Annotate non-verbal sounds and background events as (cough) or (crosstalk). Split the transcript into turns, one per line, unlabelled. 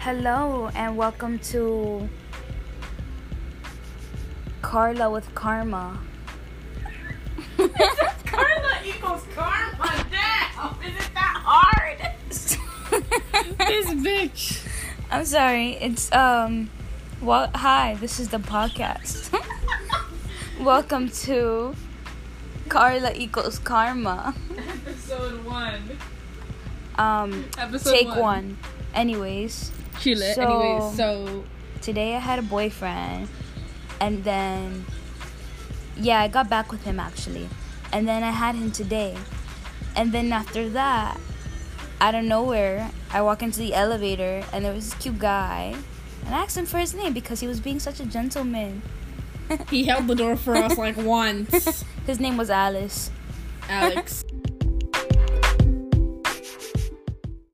Hello and welcome to Carla with
(laughs)
Karma.
Karma equals karma. Damn, is it that hard? This bitch.
I'm sorry. It's um well hi, this is the podcast.
(laughs)
welcome to Carla equals Karma.
Episode one.
Um
Episode
take
one.
one. Anyways,
Chile.
So-
Anyways, so
today I had a boyfriend and then yeah, I got back with him actually. And then I had him today. And then after that, out of nowhere, I walk into the elevator and there was this cute guy. And I asked him for his name because he was being such a gentleman.
he held the door for us like once.
His name was Alice.
Alex.